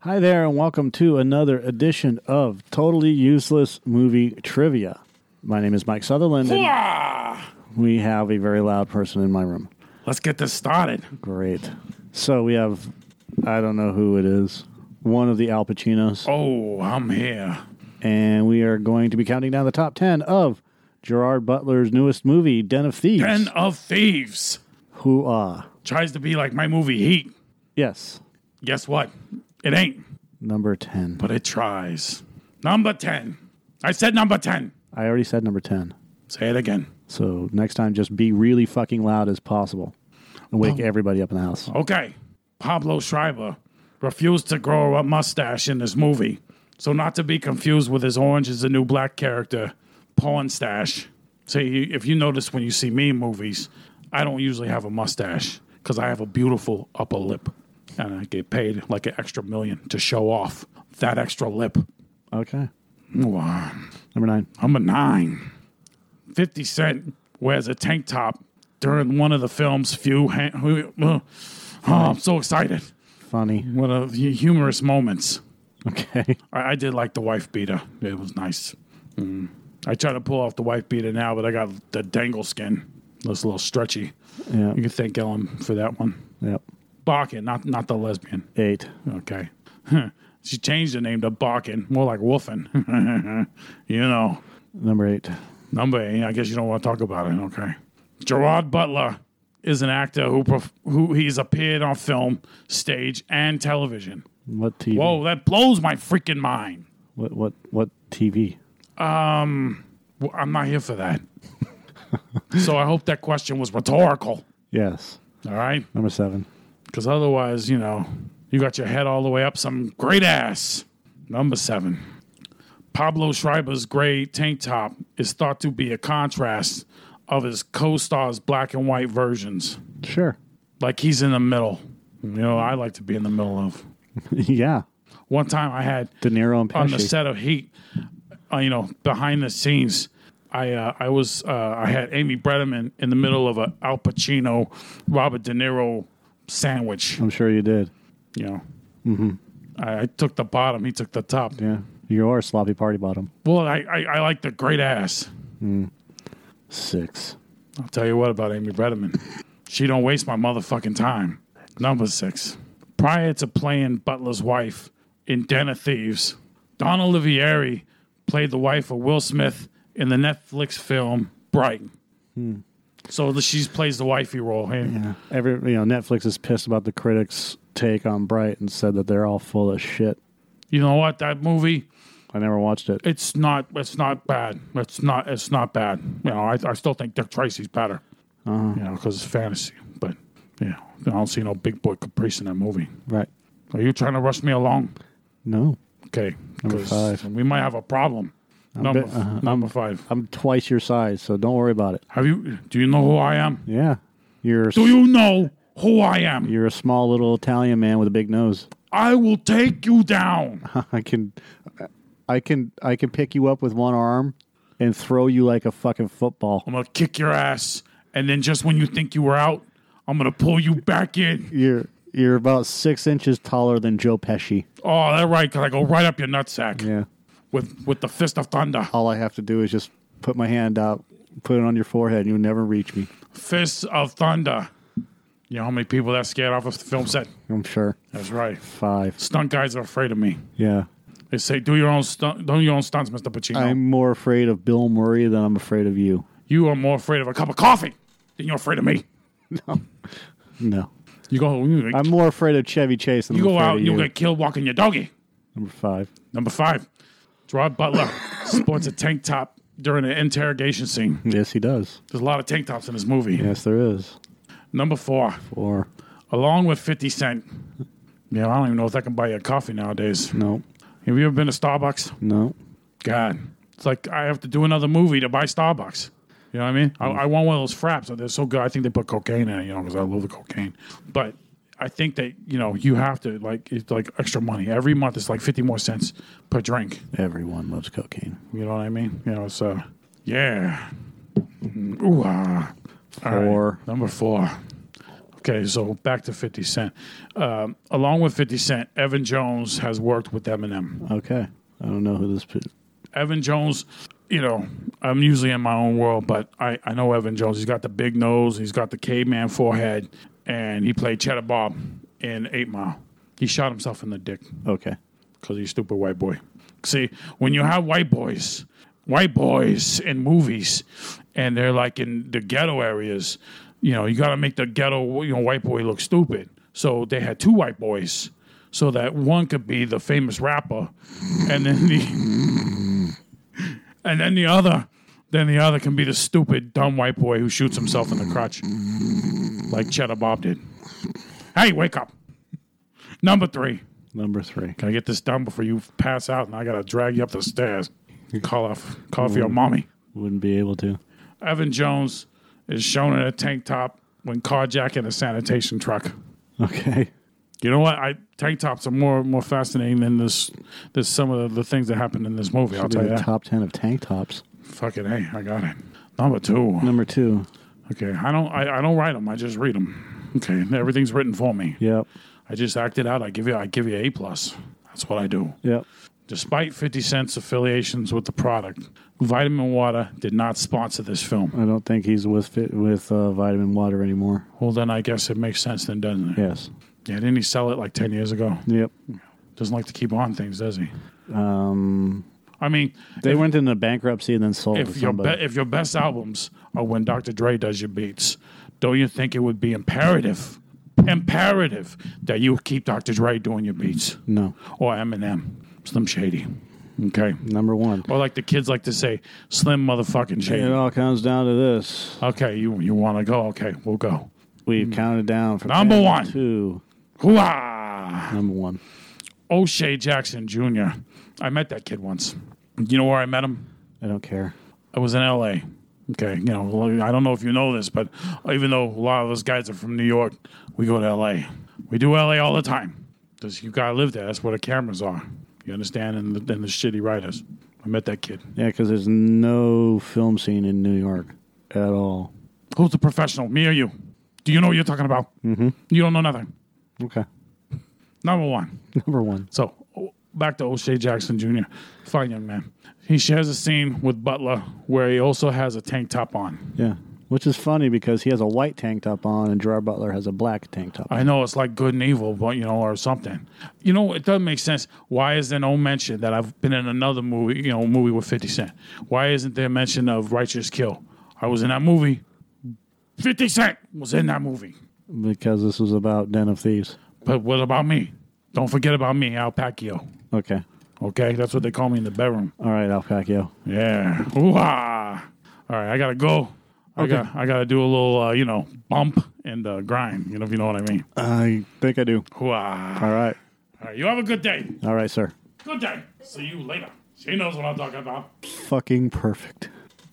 Hi there, and welcome to another edition of Totally Useless Movie Trivia. My name is Mike Sutherland, and Wah! we have a very loud person in my room. Let's get this started. Great. So we have, I don't know who it is, one of the Al Pacinos, Oh, I'm here. and we are going to be counting down the top 10 of Gerard Butler's newest movie, Den of Thieves. Den of Thieves Who ah. tries to be like my movie Heat. Yes, Guess what? It ain't, number 10. but it tries. Number 10. I said number 10. I already said number 10. Say it again. So next time, just be really fucking loud as possible and wake everybody up in the house. Okay. Pablo Schreiber refused to grow a mustache in this movie. So, not to be confused with his Orange is the New Black character, Porn Stash. See, if you notice when you see me in movies, I don't usually have a mustache because I have a beautiful upper lip. And I get paid like an extra million to show off that extra lip. Okay. Wow. Number nine. Number nine. 50 Cent wears a tank top during one of the film's few. Han- oh, I'm so excited. Funny. One of the humorous moments. Okay. I, I did like the wife beater. It was nice. Mm. I try to pull off the wife beater now, but I got the dangle skin. Looks a little stretchy. Yeah. You can thank Ellen for that one. Yep. Barkin, not not the lesbian. Eight. Okay. she changed the name to Barkin, more like Wolfen. you know. Number eight. Number eight, I guess you don't want to talk about it. Okay. Gerard Butler is an actor who prof- who he's appeared on film, stage, and television. What TV? Whoa, that blows my freaking mind. What what what TV? Well, I'm not here for that. so I hope that question was rhetorical. Yes. All right. Number seven. Because otherwise, you know, you got your head all the way up some great ass. Number seven. Pablo Schreiber's gray tank top is thought to be a contrast of his co star's black and white versions. Sure. Like he's in the middle. You know, I like to be in the middle of. yeah. One time I had De Niro and on the Pesci. set of Heat, uh, you know, behind the scenes, I uh, I was uh, I had Amy Bretterman in the middle of a Al Pacino, Robert De Niro sandwich. I'm sure you did. You know, I, I took the bottom, he took the top. Yeah. You are a sloppy party bottom. Well, I I, I like the great ass. Six. I'll tell you what about Amy Bretterman. She don't waste my motherfucking time. Number six. Prior to playing Butler's wife in Den of Thieves, Donna Olivieri played the wife of Will Smith in the Netflix film Bright. So the, she plays the wifey role. Hey, Yeah. Every you know Netflix is pissed about the critics' take on Bright and said that they're all full of shit. You know what? That movie, I never watched it. it's not it's not bad. It's not it's not bad. You know, I, I still think Dick Tracy's better. You know, because it's fantasy. But yeah, I don't see no big boy caprice in that movie. Right. Are you trying to rush me along? No. Okay. Number 'cause five. We might have a problem. Number, bit- uh-huh. number five. I'm twice your size, so don't worry about it. Have you? Do you know who I am? Yeah. You're Do you know who I am? you're a small little Italian man with a big nose. I will take you down. I can, I can, I can pick you up with one arm and throw you like a fucking football. I'm gonna kick your ass, and then just when you think you were out, I'm gonna pull you back in. You're you're about six inches taller than Joe Pesci. Oh, that right? Cause I go right up your nutsack Yeah. with with the fist of thunder, All I have to do is just put my hand out, put it on your forehead, and you'll never reach me. fist of thunder. You know how many people that scared off of the film set? I'm sure. That's right. Five. Stunt guys are afraid of me. Yeah. They say, "Do your own stunt, do your own stunts, Mr. Pacino." I'm more afraid of Bill Murray than I'm afraid of you. You are more afraid of a cup of coffee than you're afraid of me. No. You go, you, I'm more afraid of Chevy Chase than you I'm go afraid out of and you'll you. get killed walking your doggy. Number five. Number five, Gerard Butler sports a tank top during an interrogation scene. Yes, he does. There's a lot of tank tops in this movie. Yes, there is. Number four, Four. along with 50 Cent. Yeah, I don't even know if I can buy you a coffee nowadays. No. Have you ever been to Starbucks? No. God, it's like I have to do another movie to buy Starbucks. You know what I mean? I, I want one of those fraps. They're so good. I think they put cocaine in it, you know, because I love the cocaine. But I think that you know you have to like it's like extra money every month. It's like fifty more cents per drink. Everyone loves cocaine. You know what I mean? You know, so yeah. Ooh, ah. All right, Four. number four. Okay, so back to 50 Cent. Um, along with 50 Cent, Evan Jones has worked with Eminem. Okay. I don't know who this. pe- Evan Jones, you know, I'm usually in my own world, but I, I know Evan Jones. He's got the big nose, he's got the caveman forehead, and he played Cheddar Bob in 8 Mile. He shot himself in the dick Okay. because he's a stupid white boy. See, when you have white boys, white boys in movies, and they're like in the ghetto areas, you know, you got to make the ghetto you know white boy look stupid. So they had two white boys, so that one could be the famous rapper, and then the and then the other. Then the other can be the stupid, dumb white boy who shoots himself in the crotch, like Cheddar Bob did. Hey, wake up! Number three. Number three. Can I get this done before you pass out and I gotta drag you up the stairs? You call off call for your mommy. Wouldn't be able to. Evan Jones is shown in a tank top when carjacking a sanitation truck. Okay. You know what? I tank tops are more more fascinating than this this some of the, the things that happened in this movie. I'll Be tell you the that. top 10 of tank tops. Fucking hey, I got it. Number two. Number two. Okay, I don't I, I don't write them. I just read them. Okay, everything's written for me. Yep. I just act it out. I give you I give you A plus. That's what I do. Yep. Despite 50 Cent's affiliations with the product, Vitamin Water did not sponsor this film. I don't think he's with fit with uh, vitamin water anymore. Well, then I guess it makes sense, then, doesn't it? Yes. Yeah, didn't he sell it like 10 years ago? Yep. Doesn't like to keep on things, does he? Um, I mean, Um, They went into bankruptcy and then sold to if your, somebody. be- if your best albums are when Dr. Dre does your beats, don't you think it would be imperative, imperative that you keep Dr. Dre doing your beats? no. Or Eminem, Slim Shady. Okay. Number one. Or like the kids like to say, Slim motherfucking Shady. It all comes down to this. Okay, you you want to go? Okay, we'll go. We've counted down from Hmm. Number 10 to one. two. Hooah! Number one. O'Shea Jackson Jr. I met that kid once. You know where I met him? I don't care. I was in L.A. Okay, you know I don't know if you know this, but even though a lot of us guys are from New York, we go to L.A. We do L.A. all the time because you gotta live there. That's where the cameras are. You understand? And the, and the shitty writers. I met that kid. Yeah, because there's no film scene in New York at all. Who's the professional? Me or you? Do you know what you're talking about? Mm-hmm. You don't know nothing. Okay. Number one. Number one. So o- back to O'Shea Jackson Jr., fine young man. He shares a scene with Butler where he also has a tank top on. Yeah. Which is funny because he has a white tank top on and Gerard Butler has a black tank top. I know it's like good and evil, but you know, or something. You know, it doesn't make sense. Why is there no mention that I've been in another movie, you know, movie with 50 Cent? Why isn't there mention of Righteous Kill? I was in that movie. 50 Cent was in that movie. because this was about Den of Thieves. But what about me? Don't forget about me, Al Pacquiao. Okay. Okay? That's what they call me in the bedroom. All right, Al Pacquiao. Yeah. Ooh-ah. All right, I gotta go. I got I gotta do a little uh, you know bump and uh, grind. You know if you know what I mean. I think I do. Ooh-ah. All right. All right, you have a good day. All right, sir. Good day. See you later. She knows what I'm talking about. Fucking perfect.